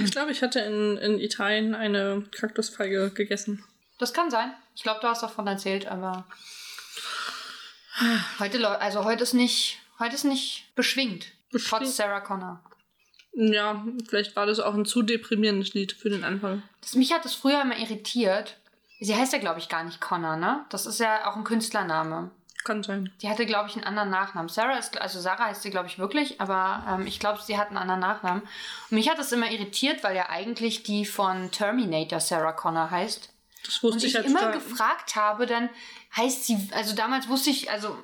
Speaker 1: Ich glaube, ich hatte in, in Italien eine Kaktusfeige gegessen.
Speaker 2: Das kann sein. Ich glaube, du hast davon erzählt, aber heute, läu- also heute ist nicht, heute ist nicht beschwingt.
Speaker 1: Beschwingt.
Speaker 2: Trotz Sarah Connor.
Speaker 1: Ja, vielleicht war das auch ein zu deprimierendes Lied für den Anfang.
Speaker 2: Das, mich hat das früher immer irritiert. Sie heißt ja, glaube ich, gar nicht Connor, ne? Das ist ja auch ein Künstlername.
Speaker 1: Kann sein.
Speaker 2: Die hatte, glaube ich, einen anderen Nachnamen. Sarah ist, also Sarah heißt sie, glaube ich, wirklich, aber ähm, ich glaube, sie hat einen anderen Nachnamen. Und mich hat das immer irritiert, weil ja eigentlich die von Terminator Sarah Connor heißt.
Speaker 1: Das
Speaker 2: Und
Speaker 1: wusste
Speaker 2: ich
Speaker 1: ich, halt als
Speaker 2: immer
Speaker 1: da-
Speaker 2: gefragt habe, dann heißt sie, also damals wusste ich, also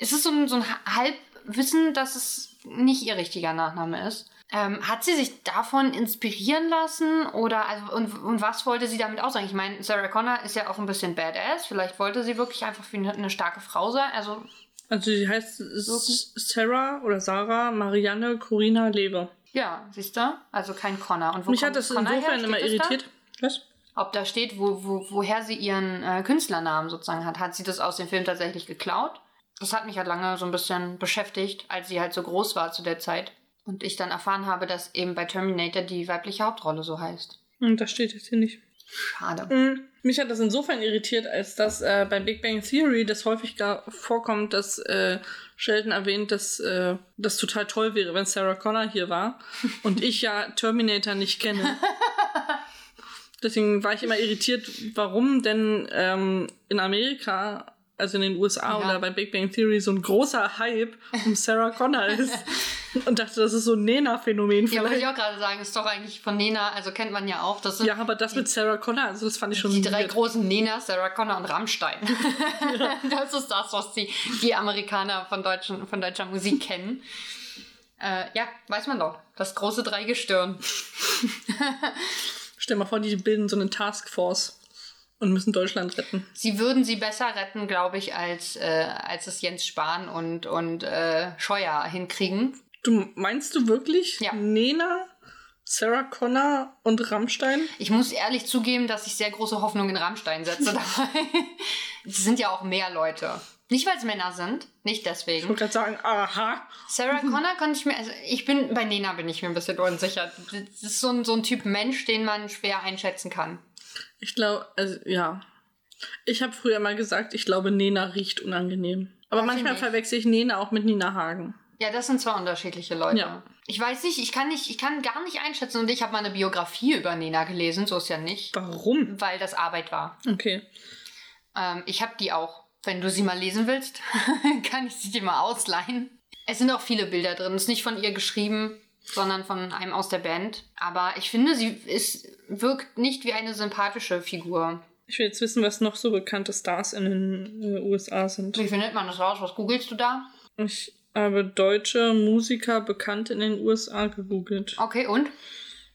Speaker 2: es ist so ein, so ein Ha- Halbwissen, dass es nicht ihr richtiger Nachname ist. Ähm, hat sie sich davon inspirieren lassen oder also, und, und was wollte sie damit aussagen? Ich meine, Sarah Connor ist ja auch ein bisschen badass. Vielleicht wollte sie wirklich einfach wie ne, eine, eine starke Frau sein. Also
Speaker 1: Also sie heißt S- Sarah oder Sarah Marianne Corina Leber.
Speaker 2: ja, siehst du? Also kein Connor. Und wo
Speaker 1: Mich hat
Speaker 2: kommt
Speaker 1: das
Speaker 2: Connor her?
Speaker 1: insofern immer
Speaker 2: Steht das da?
Speaker 1: irritiert. Was?
Speaker 2: ob da steht, wo, wo, woher sie ihren äh, Künstlernamen sozusagen hat. Hat sie das aus dem Film tatsächlich geklaut? Das hat mich halt lange so ein bisschen beschäftigt, als sie halt so groß war zu der Zeit. Und ich dann erfahren habe, dass eben bei Terminator die weibliche Hauptrolle so heißt.
Speaker 1: Und das steht jetzt hier nicht.
Speaker 2: Schade.
Speaker 1: Mm, Mich hat das insofern irritiert, als dass äh, bei Big Bang Theory das häufig gar vorkommt, dass äh, Sheldon erwähnt, dass äh, das total toll wäre, wenn Sarah Connor hier war und ich ja Terminator nicht kenne. Deswegen war ich immer irritiert, warum denn ähm, in Amerika, also in den USA
Speaker 2: Ja.
Speaker 1: oder bei Big Bang Theory, so ein großer Hype um Sarah Connor ist. und dachte, das ist so ein Nena-Phänomen
Speaker 2: Ja,
Speaker 1: vielleicht.
Speaker 2: wollte ich
Speaker 1: Ja,
Speaker 2: auch gerade sagen, ist doch eigentlich von Nena, also kennt man ja auch. Das sind
Speaker 1: aber das mit Sarah Connor, also das fand ich schon
Speaker 2: die drei
Speaker 1: weird.
Speaker 2: großen Nenas, Sarah Connor und Rammstein. das ist das, was die, die Amerikaner von, deutschen, von deutscher Musik kennen. Äh, ja, weiß man doch. Das große Dreigestirn.
Speaker 1: Stell mal vor, die bilden so eine Taskforce und müssen Deutschland retten.
Speaker 2: Sie würden sie besser retten, glaube ich, als, äh, als es Jens Spahn und, und äh, Scheuer hinkriegen.
Speaker 1: Du meinst du wirklich
Speaker 2: Ja.
Speaker 1: Nena, Sarah Connor und Rammstein?
Speaker 2: Ich muss ehrlich zugeben, dass ich sehr große Hoffnung in Rammstein setze dabei. Es sind ja auch mehr Leute. Nicht, weil es Männer sind, nicht
Speaker 1: Ich
Speaker 2: deswegen.
Speaker 1: wollte gerade sagen, aha.
Speaker 2: Sarah Connor konnte ich mir, also ich bin, bei Nena bin ich mir ein bisschen unsicher. Das ist so ein, so ein Typ Mensch, den man schwer einschätzen kann.
Speaker 1: Ich glaube, also, ja. Ich habe früher mal gesagt, ich glaube, Nena riecht unangenehm. Aber
Speaker 2: Weiß ich
Speaker 1: manchmal
Speaker 2: nicht.
Speaker 1: verwechsel ich Nena auch mit Nina Hagen.
Speaker 2: Ja, das sind zwei unterschiedliche Leute.
Speaker 1: Ja.
Speaker 2: Ich weiß nicht, ich kann nicht, ich kann gar nicht einschätzen und ich habe mal eine Biografie über Nena gelesen, so ist ja nicht,
Speaker 1: Warum?
Speaker 2: weil das Arbeit war.
Speaker 1: Okay.
Speaker 2: Ähm, ich habe die auch. Wenn du sie mal lesen willst, kann ich sie dir mal ausleihen. Es sind auch viele Bilder drin. Ist nicht von ihr geschrieben, sondern von einem aus der Band. Aber ich finde, sie ist, wirkt nicht wie eine sympathische Figur.
Speaker 1: Ich will jetzt wissen, was noch so bekannte Stars in den äh, USA sind.
Speaker 2: Wie findet man das raus? Was googelst du da?
Speaker 1: Ich habe deutsche Musiker bekannt in den USA gegoogelt.
Speaker 2: Okay, und?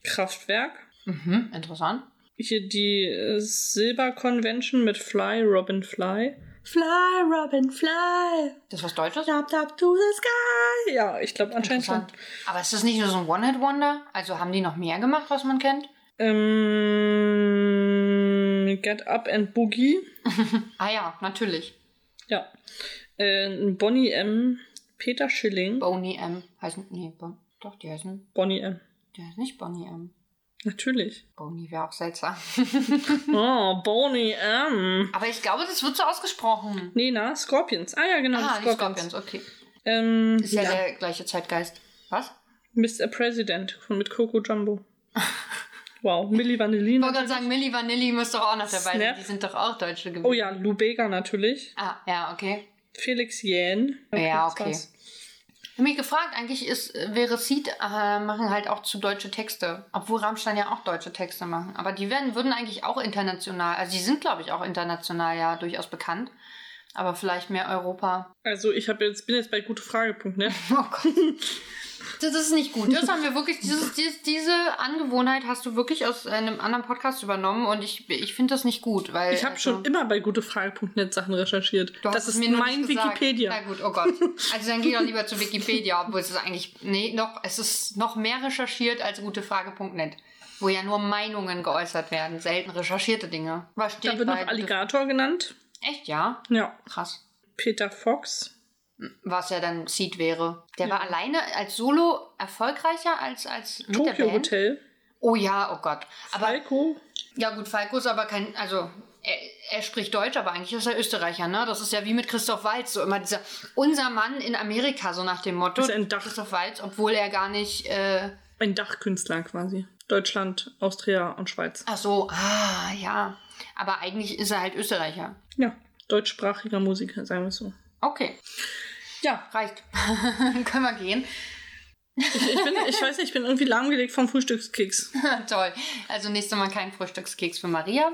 Speaker 1: Kraftwerk.
Speaker 2: Mhm, interessant.
Speaker 1: Hier die äh, Silber Convention mit Fly, Robin Fly. Fly, Robin Fly.
Speaker 2: Das ist was Deutsches?
Speaker 1: Up, up to the sky. Ja, ich glaube anscheinend schon.
Speaker 2: Interessant. Aber ist das nicht nur so ein One-Hit-Wonder? Also haben die noch mehr gemacht, was man kennt?
Speaker 1: Ähm, Get Up and Boogie.
Speaker 2: Ah ja, natürlich.
Speaker 1: Ja. Äh, Bonnie M. Peter Schilling.
Speaker 2: Boney M. Heißen, nee, bon, doch, die heißen,
Speaker 1: Bonnie M.
Speaker 2: die heißen nicht Boney M.
Speaker 1: Natürlich.
Speaker 2: Boney wäre auch seltsam.
Speaker 1: Oh, Bonnie M.
Speaker 2: Aber ich glaube, das wird so ausgesprochen.
Speaker 1: Nena, Scorpions. Ah ja, genau,
Speaker 2: ah,
Speaker 1: die Scorpions.
Speaker 2: Scorpions, okay.
Speaker 1: Ähm,
Speaker 2: Ist ja,
Speaker 1: ja.
Speaker 2: der gleiche Zeitgeist. Was?
Speaker 1: Mr. President von mit Coco Jumbo. Wow, Milli Vanillin.
Speaker 2: Ich wollte gerade sagen, Milli Vanilli muss doch auch noch dabei sein.
Speaker 1: Snap.
Speaker 2: Die sind doch auch Deutsche gewesen.
Speaker 1: Oh ja, Lou Bega natürlich.
Speaker 2: Ah, ja, okay.
Speaker 1: Felix Jähn.
Speaker 2: Ja,
Speaker 1: das
Speaker 2: okay.
Speaker 1: war's.
Speaker 2: Ich habe mich gefragt, eigentlich ist, wäre Seed, äh, machen halt auch zu deutsche Texte. Obwohl Rammstein ja auch deutsche Texte machen. Aber die werden, würden eigentlich auch international, also die sind, glaube ich, auch international ja durchaus bekannt. Aber vielleicht mehr Europa.
Speaker 1: Also ich hab jetzt, bin jetzt bei gute Frage.net.
Speaker 2: Oh Gott. Das ist nicht gut. Das haben wir wirklich, dieses, dies, diese Angewohnheit hast du wirklich aus einem anderen Podcast übernommen und ich, ich finde das nicht gut, weil.
Speaker 1: Ich habe
Speaker 2: also-
Speaker 1: schon immer bei gute Frage.net Sachen recherchiert.
Speaker 2: Du hast
Speaker 1: das
Speaker 2: es
Speaker 1: ist
Speaker 2: mir nur
Speaker 1: mein
Speaker 2: nicht gesagt.
Speaker 1: Wikipedia.
Speaker 2: Na gut, oh Gott. Also dann geh doch lieber zu Wikipedia, obwohl es ist eigentlich nee, noch es ist noch mehr recherchiert als gutefrage.net, wo ja nur Meinungen geäußert werden, selten recherchierte Dinge. Was steht
Speaker 1: Da wird noch
Speaker 2: bei Gute-
Speaker 1: Alligator genannt.
Speaker 2: Echt, ja?
Speaker 1: Ja.
Speaker 2: Krass.
Speaker 1: Peter Fox.
Speaker 2: Was ja dann Seed wäre. Der
Speaker 1: Ja.
Speaker 2: war alleine als Solo erfolgreicher als als mit der
Speaker 1: Tokyo
Speaker 2: Band.
Speaker 1: Hotel.
Speaker 2: Oh ja, oh Gott. Aber
Speaker 1: Falco.
Speaker 2: ja gut, Falco ist aber kein, also er, er spricht Deutsch, aber eigentlich ist er Österreicher, ne? Das ist ja wie mit Christoph Waltz, so immer dieser unser Mann in Amerika, so nach dem Motto.
Speaker 1: Ist ein Dach.
Speaker 2: Christoph Waltz, obwohl er gar nicht, äh,
Speaker 1: Ein Dachkünstler quasi. Deutschland, Austria und Schweiz.
Speaker 2: ach so, ah, ja. Aber eigentlich ist er halt Österreicher.
Speaker 1: Ja. Deutschsprachiger Musiker, sagen wir es so.
Speaker 2: Okay,
Speaker 1: Ja,
Speaker 2: reicht. Können wir gehen.
Speaker 1: ich, bin, ich weiß nicht, ich bin irgendwie lahmgelegt vom Frühstückskeks.
Speaker 2: Toll. Also nächstes Mal kein Frühstückskeks für Maria.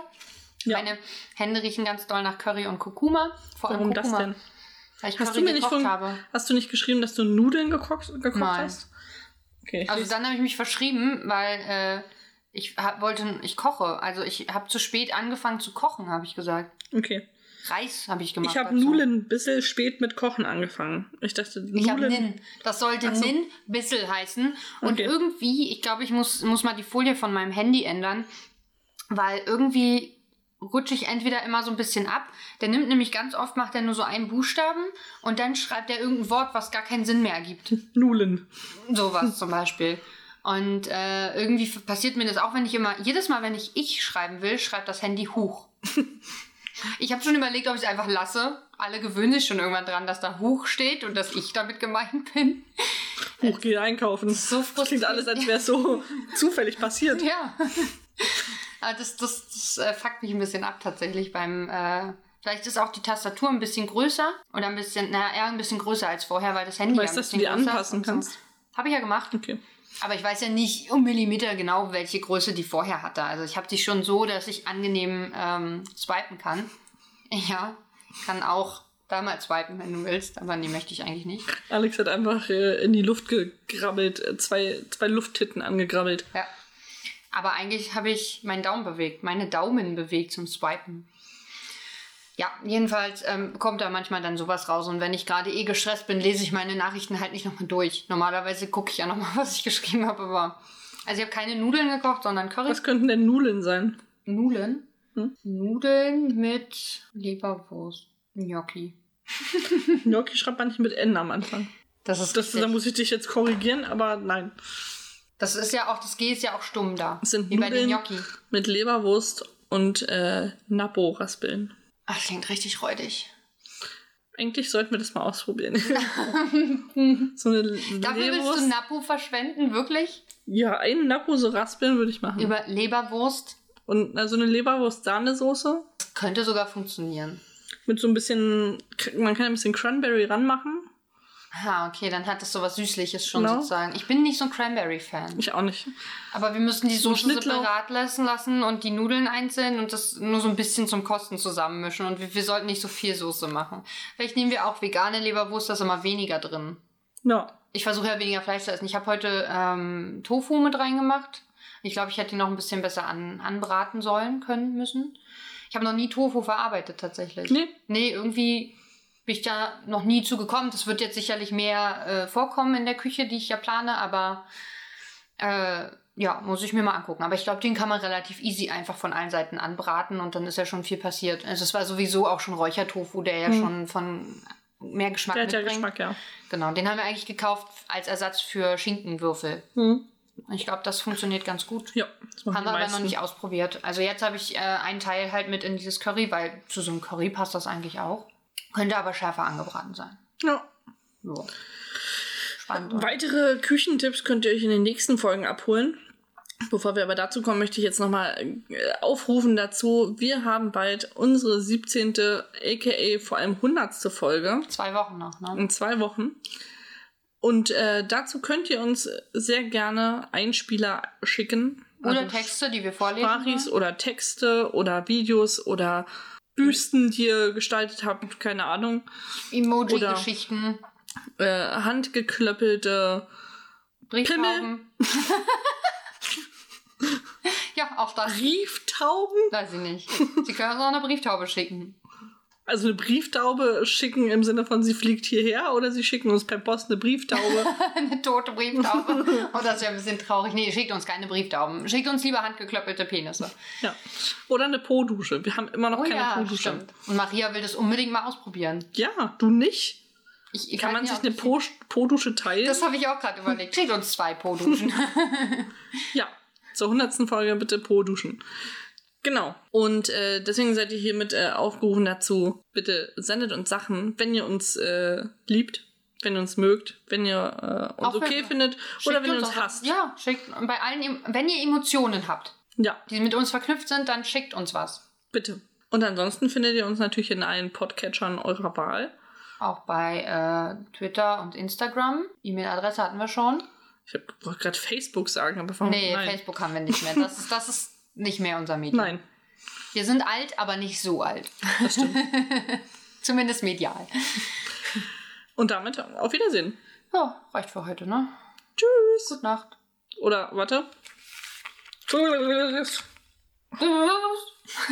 Speaker 1: Ja.
Speaker 2: Meine Hände riechen ganz doll nach Curry und Kurkuma. Vor allem
Speaker 1: Warum das
Speaker 2: Kurkuma,
Speaker 1: denn?
Speaker 2: Weil ich
Speaker 1: Hast
Speaker 2: Curry
Speaker 1: du mir nicht
Speaker 2: gekocht
Speaker 1: von,
Speaker 2: habe.
Speaker 1: hast du nicht geschrieben, dass du Nudeln gekocht, gekocht
Speaker 2: Nein.
Speaker 1: hast? Okay. ich
Speaker 2: Also
Speaker 1: lese-
Speaker 2: dann habe ich mich verschrieben, weil äh, ich hab, wollte, ich koche. Also ich habe zu spät angefangen zu kochen, habe ich gesagt.
Speaker 1: okay.
Speaker 2: Reis habe ich gemacht.
Speaker 1: Ich habe
Speaker 2: dazu.
Speaker 1: Nudeln ein bisschen spät mit Kochen angefangen. Ich dachte,
Speaker 2: Ich habe
Speaker 1: Nudeln.
Speaker 2: Nin. Das sollte
Speaker 1: Ach so.
Speaker 2: Nin Bissel heißen. Und
Speaker 1: Okay.
Speaker 2: irgendwie, ich glaube, ich muss, muss mal die Folie von meinem Handy ändern. weil irgendwie rutsche ich entweder immer so ein bisschen ab. Der nimmt nämlich ganz oft, macht er nur so einen Buchstaben und dann schreibt er irgendein Wort, was gar keinen Sinn mehr ergibt.
Speaker 1: Nulen.
Speaker 2: Sowas zum Beispiel. Und äh, irgendwie f- passiert mir das auch, wenn ich immer, jedes Mal, wenn ich ich schreiben will, schreibt das Handy Huch. Ich habe schon überlegt, ob ich es einfach lasse. Alle gewöhnen sich schon irgendwann dran, dass da Huch steht und dass ich damit gemeint bin.
Speaker 1: Huch, geh einkaufen.
Speaker 2: So
Speaker 1: Das klingt
Speaker 2: frustrierend.
Speaker 1: alles, als wäre es so zufällig passiert.
Speaker 2: Ja. Aber das das, das äh, fuckt mich ein bisschen ab tatsächlich beim. Äh, vielleicht ist auch die Tastatur ein bisschen größer oder ein bisschen, naja, eher ein bisschen größer als vorher, weil das Handy.
Speaker 1: Du weißt, dass du die anpassen kannst.
Speaker 2: Habe ich ja gemacht.
Speaker 1: Okay.
Speaker 2: Aber ich weiß ja nicht um Millimeter genau, welche Größe die vorher hatte. Also ich habe die schon so, dass ich angenehm ähm, swipen kann. Ja, kann auch da mal swipen, wenn du willst, aber nee, möchte ich eigentlich nicht.
Speaker 1: Alex hat einfach äh, in die Luft gegrabbelt, äh, zwei, zwei Lufttitten angegrabbelt.
Speaker 2: Ja. Aber eigentlich habe ich meinen Daumen bewegt, meine Daumen bewegt zum Swipen. Ja, jedenfalls ähm, kommt da manchmal dann sowas raus. Und wenn ich gerade eh gestresst bin, lese ich meine Nachrichten halt nicht nochmal durch. Normalerweise gucke ich ja nochmal, was ich geschrieben habe, aber. Also ich habe keine Nudeln gekocht, sondern Curry.
Speaker 1: Was könnten denn Nudeln sein?
Speaker 2: Nudeln?
Speaker 1: Hm?
Speaker 2: Nudeln mit Leberwurst. Gnocchi.
Speaker 1: Gnocchi schreibt man nicht mit N am Anfang.
Speaker 2: Das ist,
Speaker 1: Das, da muss ich dich jetzt korrigieren, aber nein.
Speaker 2: das ist ja auch, das G ist ja auch stumm da.
Speaker 1: Es sind
Speaker 2: Wie bei den
Speaker 1: Nudeln
Speaker 2: Gnocchi.
Speaker 1: mit Leberwurst und äh, Napo-Raspeln.
Speaker 2: Ach, Ah, klingt richtig räudig.
Speaker 1: Eigentlich sollten wir das mal ausprobieren. so eine
Speaker 2: Dafür willst du
Speaker 1: Leberwurst.
Speaker 2: Napo verschwenden, wirklich?
Speaker 1: Ja, einen Napo so raspeln würde ich machen.
Speaker 2: Über Leberwurst?
Speaker 1: und so also eine Leberwurst-Sahnesoße
Speaker 2: Das könnte sogar funktionieren.
Speaker 1: mit so ein bisschen, man kann ein bisschen Cranberry ranmachen.
Speaker 2: Ah, okay, dann hat das sowas Süßliches schon
Speaker 1: Genau.
Speaker 2: sozusagen. Ich bin nicht so ein Cranberry-Fan.
Speaker 1: Ich auch nicht.
Speaker 2: Aber wir müssen die Soße
Speaker 1: Schnittlauch.
Speaker 2: separat lassen lassen und die Nudeln einzeln und das nur so ein bisschen zum Kosten zusammenmischen. Und wir, wir sollten nicht so viel Soße machen. Vielleicht nehmen wir auch vegane Leberwurst, da ist immer weniger drin.
Speaker 1: Ja,
Speaker 2: Ich versuche ja weniger Fleisch zu essen. Ich habe heute ähm, Tofu mit reingemacht. Ich glaube, ich hätte ihn noch ein bisschen besser an, anbraten sollen können müssen. Ich habe noch nie Tofu verarbeitet tatsächlich.
Speaker 1: nee,
Speaker 2: Nee, irgendwie bin ich da noch nie zu gekommen. Das wird jetzt sicherlich mehr äh, vorkommen in der Küche, die ich ja plane, aber äh, ja, muss ich mir mal angucken. Aber ich glaube, den kann man relativ easy einfach von allen Seiten anbraten und dann ist ja schon viel passiert. Also es war sowieso auch schon Räuchertofu, der ja
Speaker 1: Hm.
Speaker 2: schon von mehr Geschmack
Speaker 1: der hat ja
Speaker 2: mitbringt.
Speaker 1: Geschmack, ja.
Speaker 2: Genau, den haben wir eigentlich gekauft als Ersatz für Schinkenwürfel.
Speaker 1: Hm.
Speaker 2: Ich glaube, das funktioniert ganz gut.
Speaker 1: Ja, das machen
Speaker 2: Haben
Speaker 1: die
Speaker 2: wir aber noch
Speaker 1: meisten.
Speaker 2: nicht ausprobiert. Also jetzt habe ich äh, einen Teil halt mit in dieses Curry, weil zu so einem Curry passt das eigentlich auch. Könnte aber schärfer angebraten sein.
Speaker 1: Ja.
Speaker 2: Jo. Spannend. oder?
Speaker 1: Weitere Küchentipps könnt ihr euch in den nächsten Folgen abholen. Bevor wir aber dazu kommen, möchte ich jetzt nochmal äh, aufrufen dazu. Wir haben bald unsere 17. aka vor allem 100. Folge
Speaker 2: Zwei Wochen noch, ne?
Speaker 1: in zwei Wochen. Und äh, dazu könnt ihr uns sehr gerne Einspieler schicken.
Speaker 2: Oder
Speaker 1: Also
Speaker 2: Texte, die wir vorlesen.
Speaker 1: Sprachis
Speaker 2: wollen.
Speaker 1: oder Texte oder Videos oder Büsten, die ihr gestaltet habt, keine Ahnung.
Speaker 2: Emoji-Geschichten.
Speaker 1: Äh, handgeklöppelte
Speaker 2: Brieftauben. ja, auch das.
Speaker 1: Brieftauben?
Speaker 2: Weiß ich nicht. Sie können uns auch eine Brieftaube schicken.
Speaker 1: Also eine Brieftaube schicken im Sinne von, sie fliegt hierher oder sie schicken uns per Post eine Brieftaube.
Speaker 2: Eine tote Brieftaube. Oh, das ist ja ein bisschen traurig. Nee, schickt uns keine Brieftauben. Schickt uns lieber handgeklöppelte Penisse.
Speaker 1: ja. Oder eine Po-Dusche. Wir haben immer noch
Speaker 2: Oh
Speaker 1: keine
Speaker 2: ja,
Speaker 1: Po-Dusche.
Speaker 2: stimmt. Und Maria will das unbedingt mal ausprobieren.
Speaker 1: Ja, du nicht?
Speaker 2: Ich, ich
Speaker 1: Kann
Speaker 2: weiß
Speaker 1: man
Speaker 2: nicht,
Speaker 1: sich
Speaker 2: ob
Speaker 1: eine
Speaker 2: ich-
Speaker 1: Po- Po-Dusche teilen?
Speaker 2: Das habe ich auch gerade überlegt. Schickt uns zwei Po-Duschen.
Speaker 1: Ja, zur hundertsten Folge bitte pro duschen. Genau. Und äh, deswegen seid ihr hiermit äh, aufgerufen dazu. Bitte sendet uns Sachen, wenn ihr uns äh, liebt, wenn ihr uns mögt, wenn ihr äh, uns
Speaker 2: Auch wenn-
Speaker 1: okay findet oder
Speaker 2: Schickt
Speaker 1: wenn ihr uns
Speaker 2: auch-
Speaker 1: hasst.
Speaker 2: Ja, schickt bei allen, Em- wenn ihr Emotionen habt,
Speaker 1: ja,
Speaker 2: die mit uns verknüpft sind, dann schickt uns was.
Speaker 1: bitte. Und ansonsten findet ihr uns natürlich in allen Podcatchern eurer Wahl.
Speaker 2: Auch bei äh, Twitter und Instagram. E-Mail-Adresse hatten wir schon.
Speaker 1: Ich hab- wollte gerade Facebook sagen, aber warum?
Speaker 2: nee,
Speaker 1: Oh, nein.
Speaker 2: Facebook haben wir nicht mehr. Das ist, das ist nicht mehr unser Medium.
Speaker 1: Nein,
Speaker 2: Wir sind alt, aber nicht so alt.
Speaker 1: das stimmt.
Speaker 2: Zumindest medial.
Speaker 1: Und damit auf Wiedersehen.
Speaker 2: Ja, reicht für heute, ne?
Speaker 1: Tschüss.
Speaker 2: Gute Nacht.
Speaker 1: Oder warte. Tschüss.
Speaker 2: Tschüss.